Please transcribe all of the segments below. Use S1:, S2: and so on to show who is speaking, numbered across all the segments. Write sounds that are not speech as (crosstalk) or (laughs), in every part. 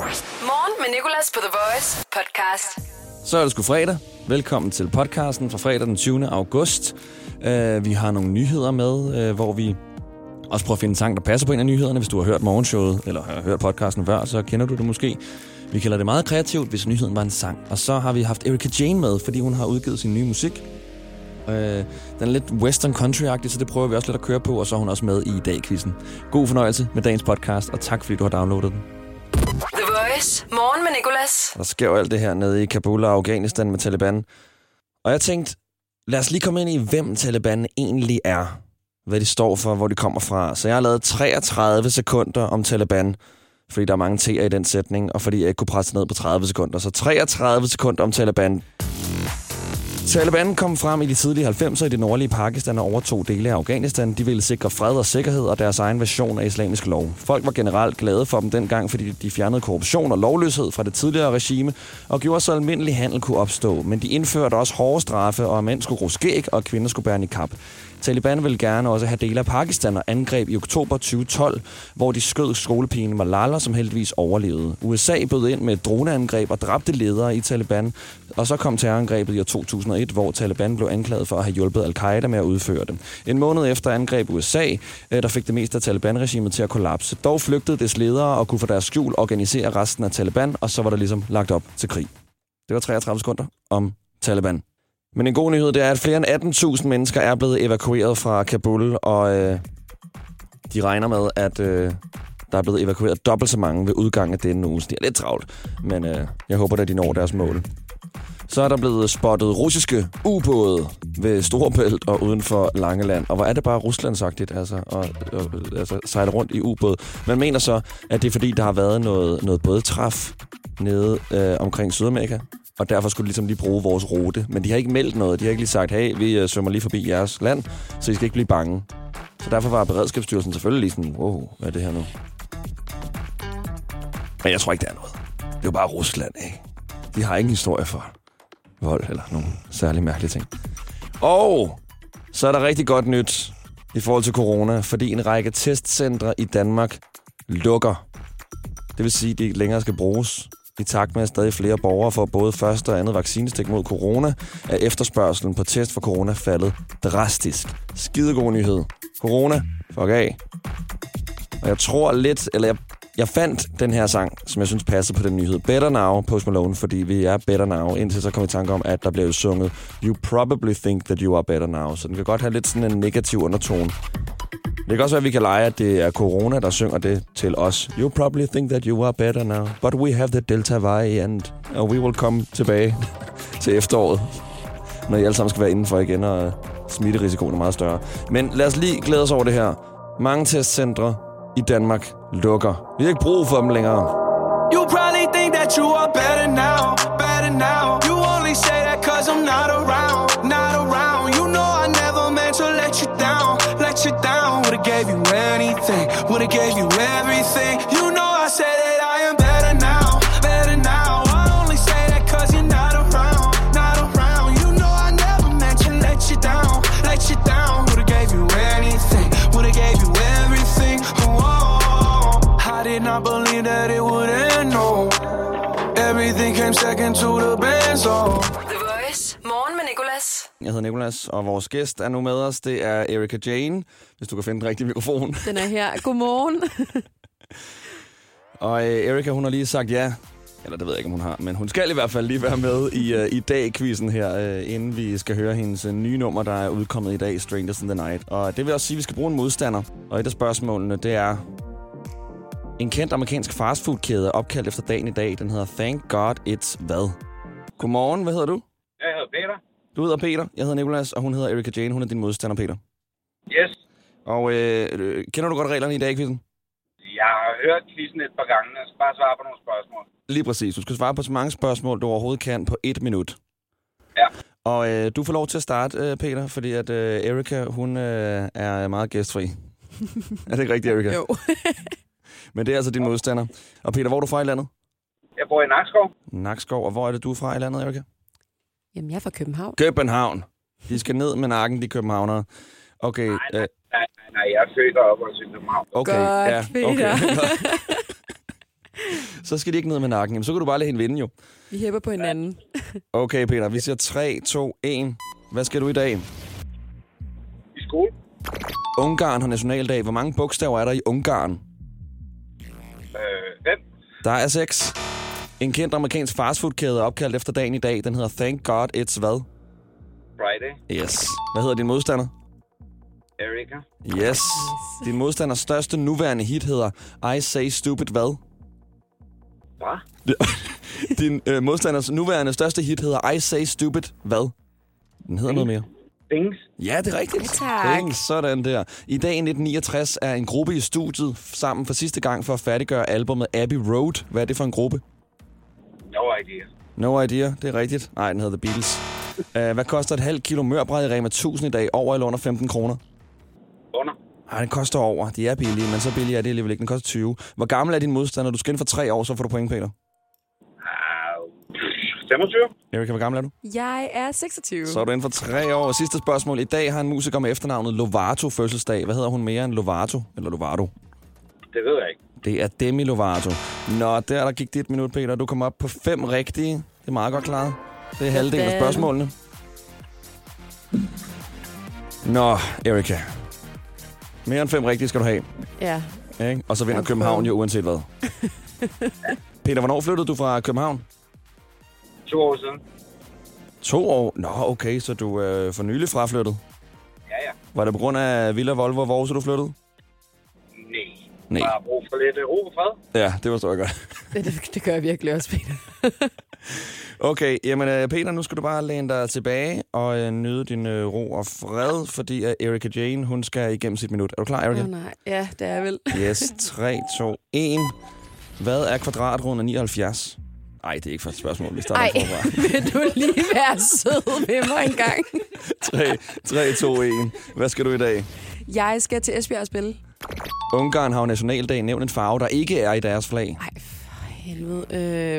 S1: Morgen med Nicolas på The Voice podcast.
S2: Så er det sgu fredag. Velkommen til podcasten fra fredag den 20. august. Uh, vi har nogle nyheder med, uh, hvor vi også prøver at finde en sang, der passer på en af nyhederne. Hvis du har hørt morgenshowet, eller har hørt podcasten før, så kender du det måske. Vi kalder det meget kreativt, hvis nyheden var en sang. Og så har vi haft Erika Jane med, fordi hun har udgivet sin nye musik. Uh, den er lidt western country-agtig, så det prøver vi også lidt at køre på, og så er hun også med i dag -quizzen. God fornøjelse med dagens podcast, og tak fordi du har downloadet den.
S1: The Voice. Morgen med Nicolas.
S2: Der sker jo alt det her nede i Kabul og Afghanistan med Taliban. Og jeg tænkte, lad os lige komme ind i, hvem Taliban egentlig er. Hvad de står for, hvor de kommer fra. Så jeg har lavet 33 sekunder om Taliban, fordi der er mange T'er i den sætning, og fordi jeg ikke kunne presse ned på 30 sekunder. Så 33 sekunder om Taliban. Taliban kom frem i de tidlige 90'er i det nordlige Pakistan og overtog dele af Afghanistan. De ville sikre fred og sikkerhed og deres egen version af islamisk lov. Folk var generelt glade for dem dengang, fordi de fjernede korruption og lovløshed fra det tidligere regime og gjorde så almindelig handel kunne opstå. Men de indførte også hårde straffe, og mænd skulle gro skæg, og kvinder skulle bære niqab. Taliban ville gerne også have dele af Pakistan og angreb i oktober 2012, hvor de skød skolepigen Malala, som heldigvis overlevede. USA bød ind med et droneangreb og dræbte ledere i Taliban, og så kom terrorangrebet i år 2001, hvor Taliban blev anklaget for at have hjulpet al-Qaida med at udføre det. En måned efter angreb USA, øh, der fik det meste af Taliban-regimet til at kollapse. Dog flygtede dets ledere og kunne for deres skjul organisere resten af Taliban, og så var der ligesom lagt op til krig. Det var 33 sekunder om Taliban. Men en god nyhed, det er, at flere end 18.000 mennesker er blevet evakueret fra Kabul, og øh, de regner med, at øh, der er blevet evakueret dobbelt så mange ved udgangen af denne uge. Så Det er lidt travlt, men øh, jeg håber, at de når deres mål. Så er der blevet spottet russiske ubåde ved Storebælt og uden for Langeland. Og hvor er det bare Ruslandsagtigt, altså, og, og, altså sejle rundt i ubåd. Man mener så, at det er fordi, der har været noget, noget bådtræf nede øh, omkring Sydamerika, og derfor skulle de ligesom lige bruge vores rute. Men de har ikke meldt noget. De har ikke lige sagt, hey, vi øh, svømmer lige forbi jeres land, så I skal ikke blive bange. Så derfor var Beredskabsstyrelsen selvfølgelig lige sådan, wow, hvad er det her nu? Men jeg tror ikke, der er noget. Det er jo bare Rusland, ikke? De har ingen historie for vold eller nogle særlig mærkelige ting. Og så er der rigtig godt nyt i forhold til corona, fordi en række testcentre i Danmark lukker. Det vil sige, at de ikke længere skal bruges i takt med, at stadig flere borgere får både første og andet vaccinestik mod corona, er efterspørgselen på test for corona faldet drastisk. Skidegod nyhed. Corona, fuck af. Og jeg tror lidt, eller jeg, jeg fandt den her sang, som jeg synes passede på den nyhed. Better Now, Post Malone, fordi vi er Better Now. Indtil så kom jeg i tanke om, at der blev sunget You probably think that you are better now. Så den kan godt have lidt sådan en negativ undertone. Det kan også være, at vi kan lege, at det er corona, der synger det til os. You probably think that you are better now, but we have the Delta variant, and we will come tilbage (laughs) til efteråret, når I alle sammen skal være indenfor igen, og smitterisikoen er meget større. Men lad os lige glæde os over det her. Mange testcentre i Danmark lukker. Vi har ikke brug for dem længere.
S3: You probably think that you are better now, better now. You only say that cause I'm not around, not around. You know I never meant to let you down, let you down. Would've gave you anything, would've gave you everything. You know I said that I am better now, better now. I only say that cause you're not around, not around. You know I never meant to let you down, let you down. Would've gave you anything, would've gave you everything. Oh, I did not believe that it would end, no. Everything came second to the band, so
S1: The Voice. Morgen med Nicolas.
S2: Jeg hedder Nikolas, og vores gæst er nu med os. Det er Erika Jane, hvis du kan finde den rigtige mikrofon.
S4: Den er her. Godmorgen.
S2: Og øh, Erika, hun har lige sagt ja. Eller det ved jeg ikke, om hun har. Men hun skal i hvert fald lige være med i, øh, i dag-quizzen her, øh, inden vi skal høre hendes øh, nye nummer, der er udkommet i dag, Strangers in the Night. Og det vil også sige, at vi skal bruge en modstander. Og et af spørgsmålene, det er... En kendt amerikansk fastfoodkæde er opkaldt efter dagen i dag. Den hedder Thank God It's Hvad. Godmorgen, hvad hedder du?
S5: Jeg hedder Peter.
S2: Du hedder Peter, jeg hedder Nikolas, og hun hedder Erika Jane. Hun er din modstander, Peter.
S5: Yes,
S2: Og øh, øh, kender du godt reglerne i dag, quizzen?
S5: jeg har hørt quizzen et par gange. Jeg skal bare svare på nogle spørgsmål.
S2: Lige præcis. Du skal svare på så mange spørgsmål, du overhovedet kan på et minut.
S5: Ja.
S2: Og øh, du får lov til at starte, øh, Peter, fordi at øh, Erika, hun øh, er meget gæstfri. er det ikke rigtigt, Erika?
S4: Jo.
S2: Men det er altså din modstander. Og Peter, hvor er du fra i landet?
S5: Jeg bor i Nakskov.
S2: Nakskov. Og hvor er det, du er fra i landet, Erika?
S4: Jamen, jeg er fra København.
S2: København. De skal ned med nakken, de københavnere. Okay,
S5: Nej,
S2: øh,
S5: nej, nej, nej, nej. Jeg er født og opvokset i København.
S2: okay. (laughs)
S4: Godt,
S2: ja, okay.
S4: Peter.
S2: Så skal de ikke ned med nakken. Jamen, så kan du bare lade hende vinde jo.
S4: Vi hæpper på hinanden.
S2: Okay, Peter, vi siger 3, 2, 1. Hvad skal du i dag?
S5: I skole?
S2: Ungarn har nationaldag. Hvor mange bogstaver er der i Ungarn?
S5: Øh, hvem?
S2: Der er 6. En kendt amerikansk fastfoodkæde er opkaldt efter dagen i dag. Den hedder Thank God It's hvad?
S5: Friday.
S2: Yes. Hvad hedder din modstander?
S5: Erika.
S2: Yes. Din modstanders største nuværende hit hedder I Say Stupid (laughs) hvad?
S5: Hvad?
S2: Din øh, modstanders nuværende største hit hedder I Say Stupid hvad? Den hedder noget mere.
S5: Things.
S2: Ja, det er rigtigt.
S4: tak.
S2: Bing, sådan der. I dag i 1969 er en gruppe i studiet f- sammen for sidste gang for at færdiggøre albumet Abbey Road. Hvad er det for en gruppe?
S5: No idea.
S2: No idea, det er rigtigt. Nej, den hedder The Beatles. (laughs) Uh, hvad koster et halvt kilo mørbræd i Rema 1000 i dag? Over eller under 15 kroner?
S5: Under.
S2: Nej, den koster over. De er billige, men så billige er det alligevel ikke. Den koster 20. Hvor gammel er din modstander? Du skal ind for tre år, så får du point, Peter.
S5: Ah, pff, 25.
S2: Erika, hvor gammel er du?
S4: Jeg er 26.
S2: Så er du inden for tre år. Sidste spørgsmål. I dag har en musiker med efternavnet Lovato fødselsdag. Hvad hedder hun mere end Lovato? Eller Lovato?
S5: Det ved jeg ikke.
S2: Det er Demi Lovato. Nå, der, der gik dit et minut, Peter. Du kom op på fem rigtige. Det er meget godt klaret. Det er halvdelen af
S4: Sådan.
S2: spørgsmålene. Nå, Erika. Mere end fem rigtige skal du have.
S4: Ja.
S2: Ikke? Og så vinder
S4: Okay.
S2: København jo uanset hvad. Peter, hvornår flyttede du fra København?
S5: To år siden.
S2: To år. Nå, okay, så du øh, for nylig fraflyttet.
S5: Ja, ja.
S2: Var det på grund af Villa Volvo og Vorse, du flyttede?
S5: Nej.
S2: Nej.
S5: Bare brug for lidt øh, ro og fred.
S2: Ja, det var så godt.
S4: Det, det gør jeg virkelig også, Peter.
S2: Okay, jamen øh, Peter, nu skal du bare læne dig tilbage og øh, nyde din øh, ro og fred, fordi øh, Erika Jane, hun skal igennem sit minut. Er du klar, Erika?
S4: Åh oh, nej. Ja, det er jeg vel.
S2: Yes, 3, 2, 1. Hvad er kvadratroden af 79? Nej, det er ikke for et spørgsmål, vi starter
S4: Ej,
S2: forfra.
S4: (laughs) vil du lige være sød ved mig en gang?
S2: 3, 3, 2, 1. Hvad skal du i dag?
S4: Jeg skal til Esbjerg og spille.
S2: Ungarn har jo nationaldag nævnt en farve, der ikke er i deres flag.
S4: Ej, for helvede.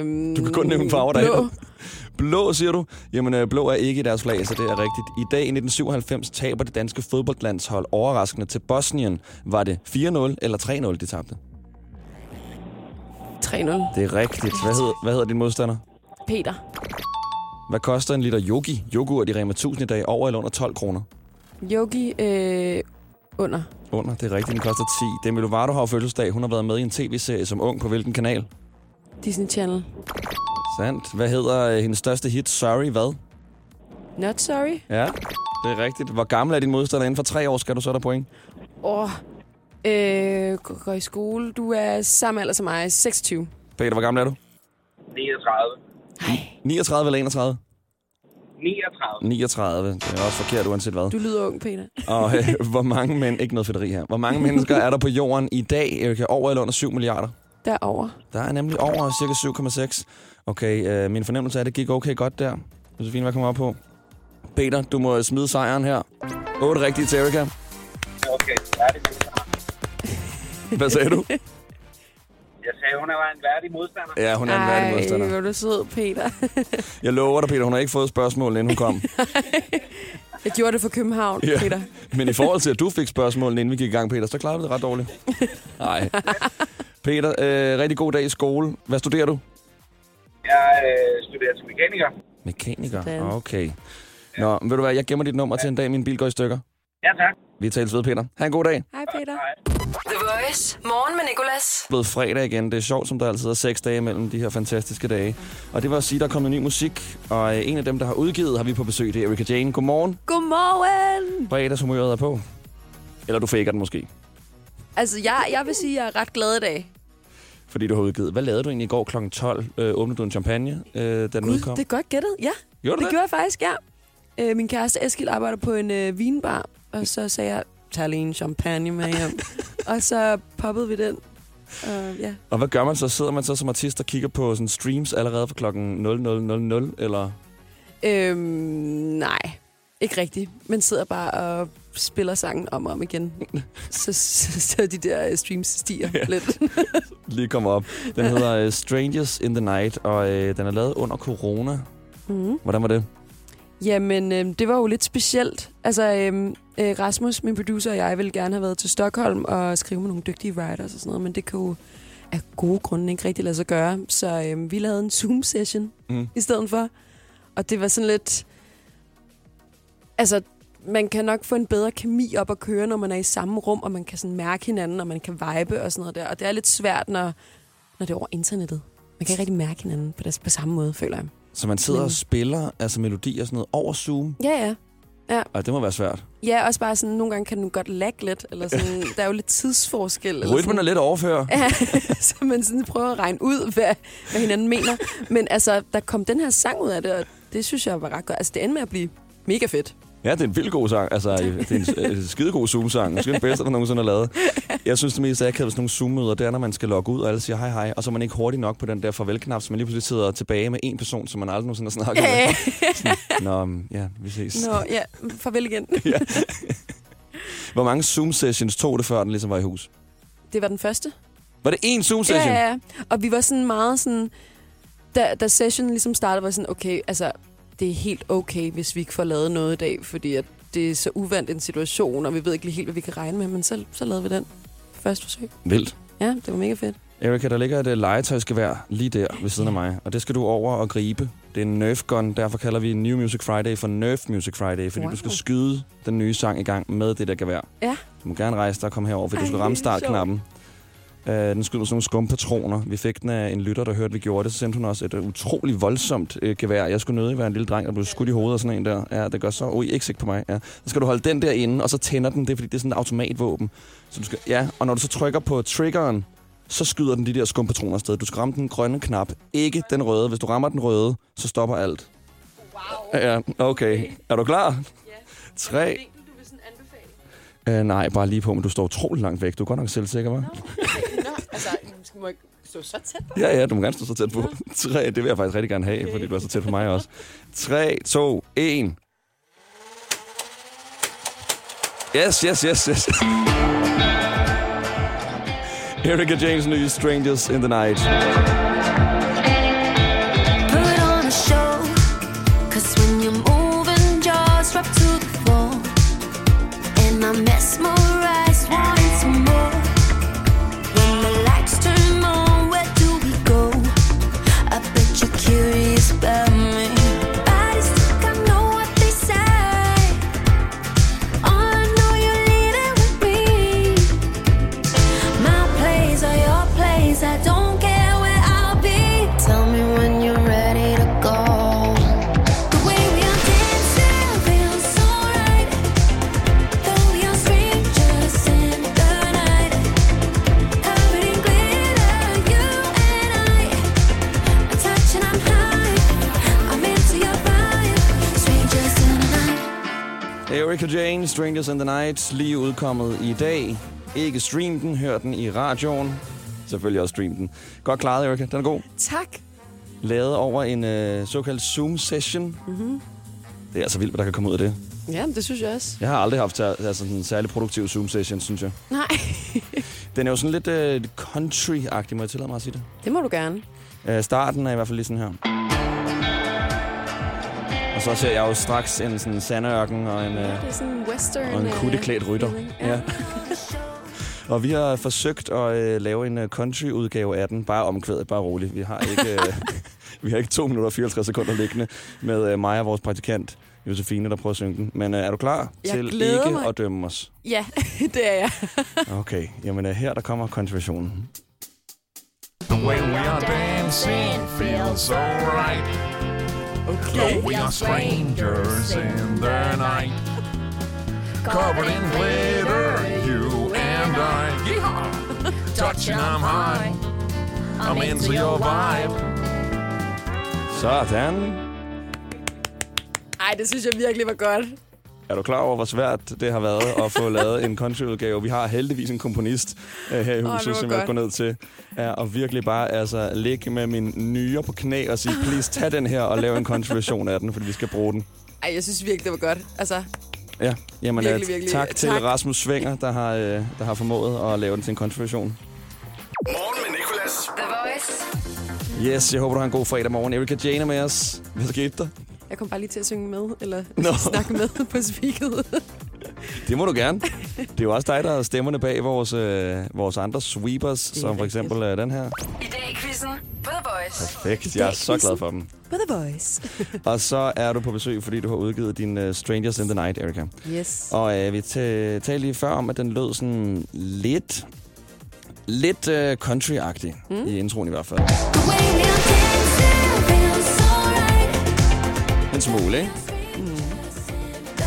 S4: Øhm,
S2: Du kan kun nævne farver, der
S4: blå.
S2: er. Blå, siger du? Jamen, øh, blå er ikke i deres flag, så det er rigtigt. I dag i 1997 taber det danske fodboldlandshold overraskende til Bosnien. Var det 4-0 eller 3-0, de tabte?
S4: 3-0.
S2: Det er rigtigt. Hvad hedder, hvad hedder din modstander?
S4: Peter.
S2: Hvad koster en liter yogi? Yoghurt i Rema 1000 i dag over eller under 12 kroner?
S4: Yogi øh, under.
S2: Under, det er rigtigt. Den koster 10. Demi Lovato har jo fødselsdag. Hun har været med i en tv-serie som ung på hvilken kanal?
S4: Disney Channel.
S2: Sandt. Hvad hedder øh, hendes største hit? Sorry, hvad?
S4: Not sorry.
S2: Ja, det er rigtigt. Hvor gammel er din modstander? Inden for tre år skal du så der point.
S4: Åh. Oh. Øh, går- går i skole. Du er samme alder som mig. 26.
S2: Peter, hvor gammel er du?
S5: 39.
S4: Ej.
S2: 39 eller 31?
S5: 39.
S2: 39. Det er også forkert, uanset hvad.
S4: Du lyder ung, Peter.
S2: Og øh, hvor mange mænd... Ikke noget fedteri her. Hvor mange mennesker er der på jorden i dag, Erika? Over eller under 7 milliarder?
S4: Derover.
S2: Der er nemlig over cirka 7,6. Okay, øh, min fornemmelse er, at det gik okay godt der. Josefine, hvad kommer op på? Peter, du må smide sejren her. 8 rigtige til Erika.
S5: Okay, færdig.
S2: Hvad sagde du?
S5: Jeg sagde, hun var en værdig modstander.
S2: Ja, hun er en værdig modstander.
S4: hvor er du sød, Peter.
S2: Jeg lover dig, Peter, hun har ikke fået spørgsmål, inden hun kom.
S4: Jeg gjorde det for København,
S2: Ja.
S4: yeah. Peter.
S2: Men i forhold til, at du fik spørgsmålene, inden vi gik i gang, Peter, så klarede vi det ret dårligt. Nej. Peter, øh, rigtig god dag i skole. Hvad studerer du?
S5: Jeg øh, studerer til mekaniker.
S2: Mekaniker.
S4: Sådan.
S2: Okay. Nå, men ved du hvad, jeg gemmer dit nummer til en dag, min bil går i stykker.
S5: Ja, tak.
S2: Vi tales ved, Peter. Ha' en god dag.
S4: Hej, Peter.
S1: The Voice. Morgen med Nicolas.
S2: blevet fredag igen. Det er sjovt, som der altid er seks dage mellem de her fantastiske dage. Og det var at sige, der er kommet ny musik. Og øh, en af dem, der har udgivet, har vi på besøg. Det er Erika Jane. Godmorgen.
S4: Godmorgen!
S2: Fredagshumøret er på. Eller du faker den måske,
S4: Altså, jeg, jeg vil sige, at jeg er ret glad i dag.
S2: fordi du har udgivet. Hvad lavede du egentlig i går kl. 12? Øh, åbnede du en champagne, øh, da den udkom?
S4: det er godt gættet. Ja,
S2: Gjorde du
S4: det
S2: det?
S4: gjorde jeg faktisk, ja. Øh, min kæreste Eskild arbejder på en øh, vinbar, og så sagde jeg, tag lige en champagne med
S2: (laughs)
S4: hjem. og så poppede vi den. Og ja.
S2: Og hvad gør man så? Sidder man så som artist og kigger på sådan streams allerede fra kl. 00.00? Eller...
S4: Øhm, nej, ikke rigtigt. Man sidder bare og spiller sangen om og om igen. så, så, så de der øh, streams stiger ja. lidt.
S2: lige kommer op. Den hedder uh, Strangers in the Night, og uh, den er lavet under corona.
S4: Mm.
S2: Hvordan var det?
S4: Jamen, øh, det var jo lidt specielt. Altså, øh, øh, Rasmus, min producer og jeg, ville gerne have været til Stockholm og skrive med nogle dygtige writers og sådan noget, men det kunne af gode grunde ikke rigtig lade sig gøre. Så øhm, vi lavede en Zoom-session
S2: Mm.
S4: mm. i stedet for. Og det var sådan lidt... Altså, man kan nok få en bedre kemi op at køre, når man er i samme rum, og man kan sådan mærke hinanden, og man kan vibe og sådan noget der. Og det er lidt svært, når, når det er over internettet. Man kan ikke rigtig mærke hinanden på, deres, på samme måde, føler jeg.
S2: Så man sidder
S4: Men-
S2: og spiller altså melodier og sådan noget over Zoom.
S4: Ja, ja.
S2: Og det må være svært.
S4: Ja, også bare sådan, nogle gange kan den godt lagge lidt, eller
S2: (laughs)
S4: sådan, der er jo lidt tidsforskel. Eller
S2: Rytmen er
S4: sådan,
S2: lidt overfør.
S4: ja, (laughs) så man sådan prøver at regne ud, hvad, hvad hinanden mener. Men altså, der kom den her sang ud af det, og det synes jeg var ret godt. Altså, det endte med at blive mega fedt.
S2: Ja, det er en vildt god sang. Altså, det er en, en skidegod Zoom-sang. Måske den bedste, der nogensinde er
S4: (laughs)
S2: lavet. Jeg synes, det mest akavet ved sådan nogle Zoom-møder, det er, når man skal logge ud, og alle siger hej hej, og så er man ikke hurtig nok på den der farvel-knap, så man lige pludselig sidder tilbage med en person, som man aldrig nogensinde har snakket med. Nå, mm, ja, vi ses.
S4: Nå, ja, farvel igen.
S2: Ja. Hvor mange Zoom-sessions tog det, før den ligesom var i hus?
S4: Det var den første.
S2: Var det én Zoom-session?
S4: Ja, ja, ja. Og vi var sådan meget sådan... Da, da sessionen ligesom startede, var sådan, okay, altså, det er helt okay, hvis vi ikke får lavet noget i dag, fordi at det er så uvandt en situation, og vi ved ikke lige helt, hvad vi kan regne med, men så, så lavede vi den første forsøg.
S2: Vildt.
S4: Ja, det var mega fedt.
S2: Erika, der ligger et øh, legetøjsgevær lige der ved siden af mig, og det skal du over og gribe. Det er en Nerf Gun, derfor kalder vi New Music Friday for Nerf Music Friday, fordi wow.
S4: Wow.
S2: du skal skyde den nye sang i gang med det der gevær.
S4: Ja.
S2: Du må gerne rejse dig og komme herover, for du
S4: Ej,
S2: skal ramme
S4: det er sjovt.
S2: startknappen. Uh, den skyder med sådan nogle skumpatroner. Vi fik den af en lytter, der hørte, at vi gjorde det. Så sendte hun også et øh, utrolig voldsomt uh, gevær. Jeg skulle nødig være en lille dreng, der blev skudt i hovedet og sådan en der. Ja, det gør så. Oj, ikke sigt på mig. Ja. Så skal du holde den derinde, og så tænder den. Det er fordi, det er sådan et automatvåben. Så du skal, ja, og når du så trykker på triggeren, så skyder den de der skumpatroner afsted. Du skal ramme den grønne knap, ikke den røde. Hvis du rammer den røde, så stopper alt. Wow. Ja, okay. Er du klar? Ja. Tre. Øh, nej, bare lige på, men du står utrolig langt væk. Du er godt nok selvsikker, hva'?
S6: Nå, altså, skal man stå så tæt på?
S2: Ja, ja, du må gerne stå så tæt på. Tre, det vil jeg faktisk rigtig gerne have, okay. fordi du er så tæt på mig også. Tre, to, en. Yes, yes, yes, yes. Erika James' nye Strangers in the Night.
S7: Put on a show, 'cause when you're moving, jaws drop to the floor. And I'm mesmerized, wanting some more. When the lights turn on, where do we go? I bet you're curious about me. Bodies think I know what they say. All I know, you're leaving with me. My place or your place, I don't care where I'll be. Tell me when you're ready to go. The way we are dancing feels so right. Though we are strangers in the night, covered in glitter, you and I. I'm touching, I'm high. I'm into your vibe, strangers in the night.
S2: Erika Jane, Strangers in the Night, lige udkommet i dag. Ikke stream den, hør den i radioen. Selvfølgelig også stream den. Godt klaret, Erika. Den er god.
S4: Tak.
S2: Lavet over en øh, såkaldt Zoom-session. Mm-hmm. Det er altså vildt, hvad der kan komme ud af det.
S4: Ja, men det synes jeg også.
S2: Jeg har aldrig haft altså, sådan en særlig produktiv Zoom-session, synes jeg.
S4: Nej, (laughs)
S2: Den er jo sådan lidt øh, country-agtig, må jeg tillade mig at sige det.
S4: det må du gerne.
S2: Øh, starten er i hvert fald lige sådan her. Og så ser jeg jo straks en sådan sandørken og en... Øh,
S4: Det er sådan en western...
S2: og en
S4: øh,
S2: kutteklædt rytter.
S4: feeling.
S2: Ja. (laughs) og vi har forsøgt at øh, lave en øh, country-udgave af den, bare omkvædet, bare roligt. Vi har ikke, øh, (laughs) vi har ikke 2 minutter og 54 sekunder liggende med øh, mig og vores praktikant, Josefine, der prøver at synge den. Men øh, er du klar
S4: Jeg
S2: til
S4: glæder
S2: ikke
S4: mig.
S2: at dømme os?
S4: Ja, (laughs) det er jeg.
S2: Okay, jamen øh, her der kommer kontributionen.
S8: When we are dancing feels so right. Okay. We are strangers in the night. Covered in glitter, you and I. Yeah. Touching, I'm high. I'm into your vibe.
S2: Sådan.
S4: Ej, det synes jeg virkelig var godt.
S2: Er du klar over, hvor svært det har været at få lavet en countryudgave? Vi har heldigvis en komponist øh, her
S4: Åh,
S2: i
S4: det
S2: huset,
S4: var
S2: som jeg
S4: godt.
S2: går ned til. Ja, og virkelig bare altså, ligge med min nyre på knæ og sige, please tag den her og lave en countryversion af den, fordi vi skal bruge den.
S4: Ej, jeg synes virkelig, det var godt. Altså,
S2: Ja, jamen,
S4: Virkelig,
S2: øh,
S4: virkelig.
S2: tak til
S4: Tak.
S2: Rasmus Svinger, der har, øh, der har formået at lave den til en countryversion.
S8: Morgen med Nicolas.
S1: The Voice.
S2: Yes, jeg håber, du har en god fredag morgen. Erika Jane er med os. Hvad skete der? (laughs)
S4: jeg kom bare lige til at synge med, eller
S2: Nå.
S4: snakke med på speaket.
S2: Det må du gerne. Det er jo også dig, der har stemmerne bag vores, øh, vores andre sweepers, som for
S6: rigtigt.
S2: eksempel øh, den her.
S1: I dag i quizzen på The Voice.
S2: Perfekt, jeg er så glad for dem.
S4: With the voice.
S2: Og så er du på besøg, fordi du har udgivet din øh, Strangers in the Night, Erika.
S4: Yes.
S2: Og øh, vi tæ- talte lige før om, at den lød sådan lidt, lidt øh, country-agtig, mm. i introen i hvert fald.
S7: The way we're dancing feels so right.
S2: En smule, ikke? Mm.
S7: Burn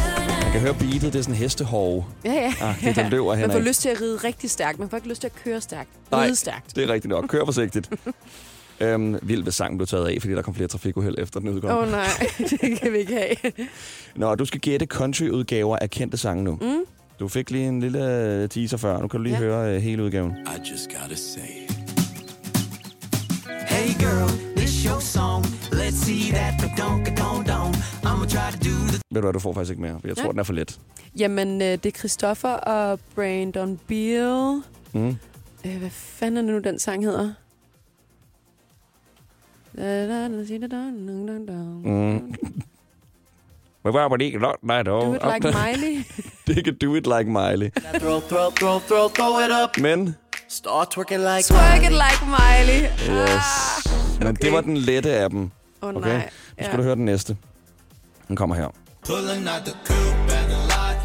S2: Jeg kan høre beatet, det er sådan hestehove.
S4: Ja, ja.
S2: Ah, det, der løber
S4: Man
S2: hen
S4: får lyst til at ride rigtig stærkt. Man får ikke lyst til at køre stærkt.
S2: Nej.
S4: Ride stærkt.
S2: Det er rigtigt nok. Kør forsigtigt. øhm, vild ved sangen blev taget af, fordi der kom flere trafikuheld efter den udkom.
S4: Åh oh, nej, (laughs) det kan vi ikke have.
S2: Nå, du skal gætte country-udgaver af kendte sange nu. Mm. Du fik lige en lille øh, teaser før. Nu kan du lige ja.
S4: Ja.
S2: høre øh, hele udgaven.
S9: I just gotta say.
S3: Hey girl, this your song. Let's see that donka don don. I'ma try to do the
S2: Ved du hvad, du får faktisk ikke mere, for jeg tror,
S4: Nej.
S2: den er for let.
S4: Jamen, øh, det er Christoffer og Brandon Beal.
S2: Mm.
S4: Øh, hvad fanden er det nu, den sang hedder?
S2: Mm. Men bare det ikke lot, nej dog.
S4: Do it like
S2: (laughs)
S4: Miley.
S2: det er ikke do it like Miley.
S9: Throw, throw, throw, throw, throw it up.
S2: Men,
S9: Start twerking like.
S4: Twerk it like Miley.
S2: yes. Men okay. det var den lette af dem.
S4: Åh oh,
S2: Okay?
S4: nej.
S2: Nu skal du høre den næste. Den kommer her.
S9: Pulling out the coupe at the lot.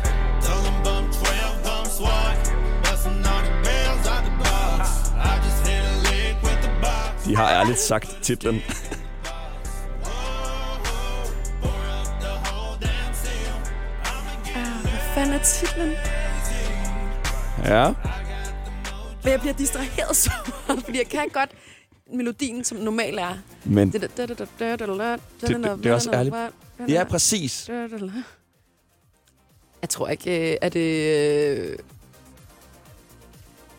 S9: Tell 'em bump 12, bump SWAT. Busting all the bells out the box. I just hit a lick with the box.
S2: De har ærligt sagt titlen.
S4: Hvad fanden er titlen?
S2: ja.
S4: Men jeg bliver distraheret så meget, fordi jeg kan godt melodien, som normal er.
S2: Men
S4: Det, det, det, det, det,
S2: det- det er også ærligt. Ja, præcis.
S4: Jeg tror ikke, øh, er det øh,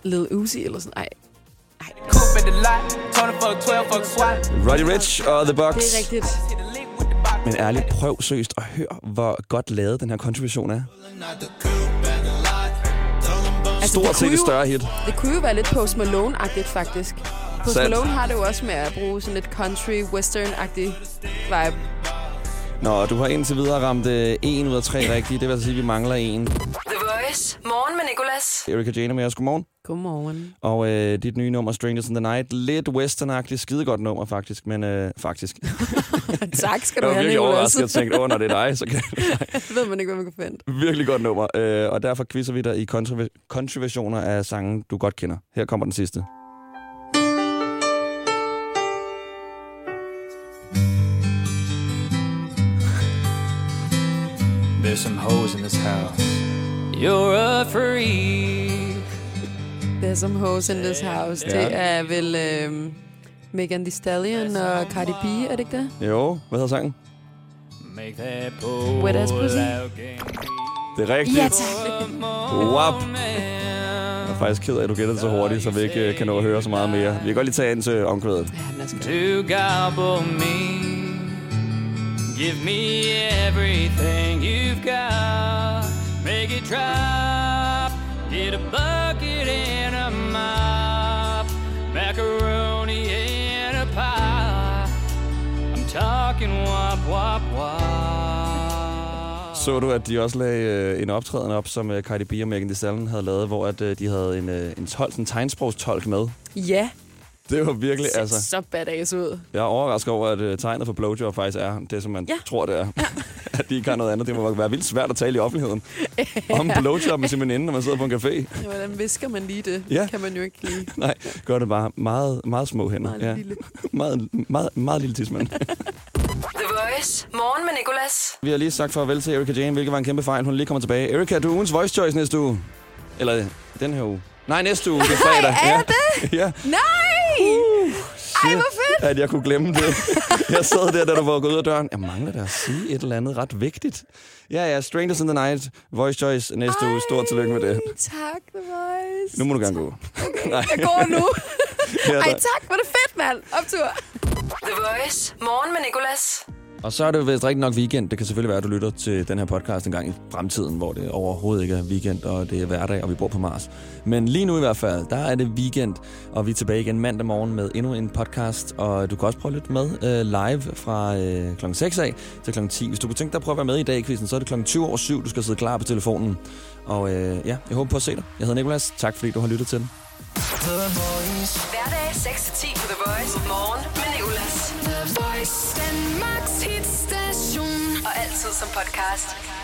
S4: Lil Uzi eller sådan? Nej,
S3: coupe at the lot. Tony for the 12 fuck swat.
S2: Roddy Rich og The Box.
S4: det er rigtigt.
S3: Hit a lick with the box.
S2: Men ærligt, prøv søst at høre, hvor godt lavet den her kontribution er.
S4: Altså, det
S2: Stort set
S4: kunne
S2: et
S4: jo-
S2: større hit.
S4: Det kunne jo være lidt Post Malone-agtigt, faktisk. Post
S2: Sandt.
S4: Malone har det jo også med at bruge sådan lidt country, western-agtig vibe.
S2: Nå, og du har indtil videre ramt øh, en ud af tre rigtige. Det vil altså sige, at vi mangler en.
S1: The Voice. Morgen med Nicolas.
S2: Erika Jane er med os. Godmorgen.
S4: Godmorgen.
S2: Og øh, dit nye nummer, Strangers in the Night, lidt westernagtigt, skidegodt nummer faktisk, men øh, faktisk. Jeg
S4: tak skal du
S2: var
S4: have,
S2: virkelig
S4: Nicolas.
S2: overrasket og tænkte, åh, når det er dig, så kan
S4: (laughs)
S2: (laughs)
S4: ved man ikke, hvad man kan forvente.
S2: virkelig godt nummer. Øh, og derfor quizzer vi dig i kontrover- kontroversioner af sange, du godt kender. Her kommer den sidste.
S10: There's some hoes in this house. You're a freak.
S4: There's some hoes in this house. Det er vel øh, Megan Thee Stallion og Cardi B, er det ikke det?
S2: Jo, hvad hedder sangen?
S10: Make that pole
S4: Wet ass pussy.
S10: out game.
S2: Det er rigtigt.
S4: Ja, tak.
S2: Wap. Jeg er faktisk ked af, at du gætter det så hurtigt, så vi ikke øh, kan nå at høre så meget mere. Vi kan godt lige tage ind til omkvædet.
S4: Ja, den er sgu-
S10: To gobble me. Give me everything you've got. Make it drop. Get a bucket and a mop. Macaroni and a pie. I'm talking wop, wop, wop.
S2: Så du, at de også lagde øh, en optræden op, som øh, Cardi B og Megan Thee Stallion havde lavet, hvor at, øh, de havde en, øh, en, tolk, en tegnsprogstolk med.
S4: Ja,
S2: Det var virkelig,
S4: det ser
S2: altså...
S4: så badass ud.
S2: Jeg er overrasket over, at øh, tegnet for blowjob faktisk er det, som man ja.
S4: Ja.
S2: tror, det er. Ja. (laughs) at de ikke har noget andet. Det må være vildt svært at tale i (laughs) offentligheden om blowjob med sin veninde, når man sidder på en café. (laughs)
S4: Ja, Hvordan visker man lige det?
S2: Ja.
S4: Kan man jo ikke lige.
S2: Nej, gør det bare meget, meget små hænder.
S4: Meget lille.
S2: meget, meget, meget lille tidsmand.
S1: The Voice. Morgen med Nicolas.
S2: Vi har lige sagt farvel til Erika Jane, hvilket var en kæmpe fejl. Hun er lige kommer tilbage. Erika, du er ugens voice choice næste uge. Eller øh, den her uge. Nej, næste uge. Det (laughs) er fredag.
S4: er
S2: ja.
S4: jeg
S2: det? (laughs) ja.
S4: Nej!
S2: Ej, hvor fedt! At jeg kunne glemme det. Jeg sad der, da du var gået ud af døren. Jeg mangler da at sige et eller andet ret vigtigt. Ja, ja, Strangers in the Night, Voice Choice næste uge. Stort tillykke med det.
S4: Ej, Tak, The Voice.
S2: Nu må du gerne gå. Nej.
S4: Jeg går nu.
S2: Ja,
S4: Ej,
S2: tak.
S4: tak. Var det fedt, mand. Optur.
S1: The Voice. Morgen med Nicolas.
S2: Og så er det jo vist rigtig nok weekend. Det kan selvfølgelig være, at du lytter til den her podcast en gang i fremtiden, hvor det overhovedet ikke er weekend, og det er hverdag, og vi bor på Mars. Men lige nu i hvert fald, der er det weekend, og vi er tilbage igen mandag morgen med endnu en podcast. Og du kan også prøve lidt med øh, live fra øh, klokken 6 af til klokken 10. Hvis du kunne tænke dig at prøve at være med i dag i quizzen, så er det klokken 20 over 7, du skal sidde klar på telefonen. Og øh, ja, jeg håber på at se dig. Jeg hedder Nikolas. Tak fordi du har lyttet til den.
S7: Hverdag 6-10 på The Voice. Morgen med Nicolas. The Voice. Danmarks hitstation. Og altid som podcast.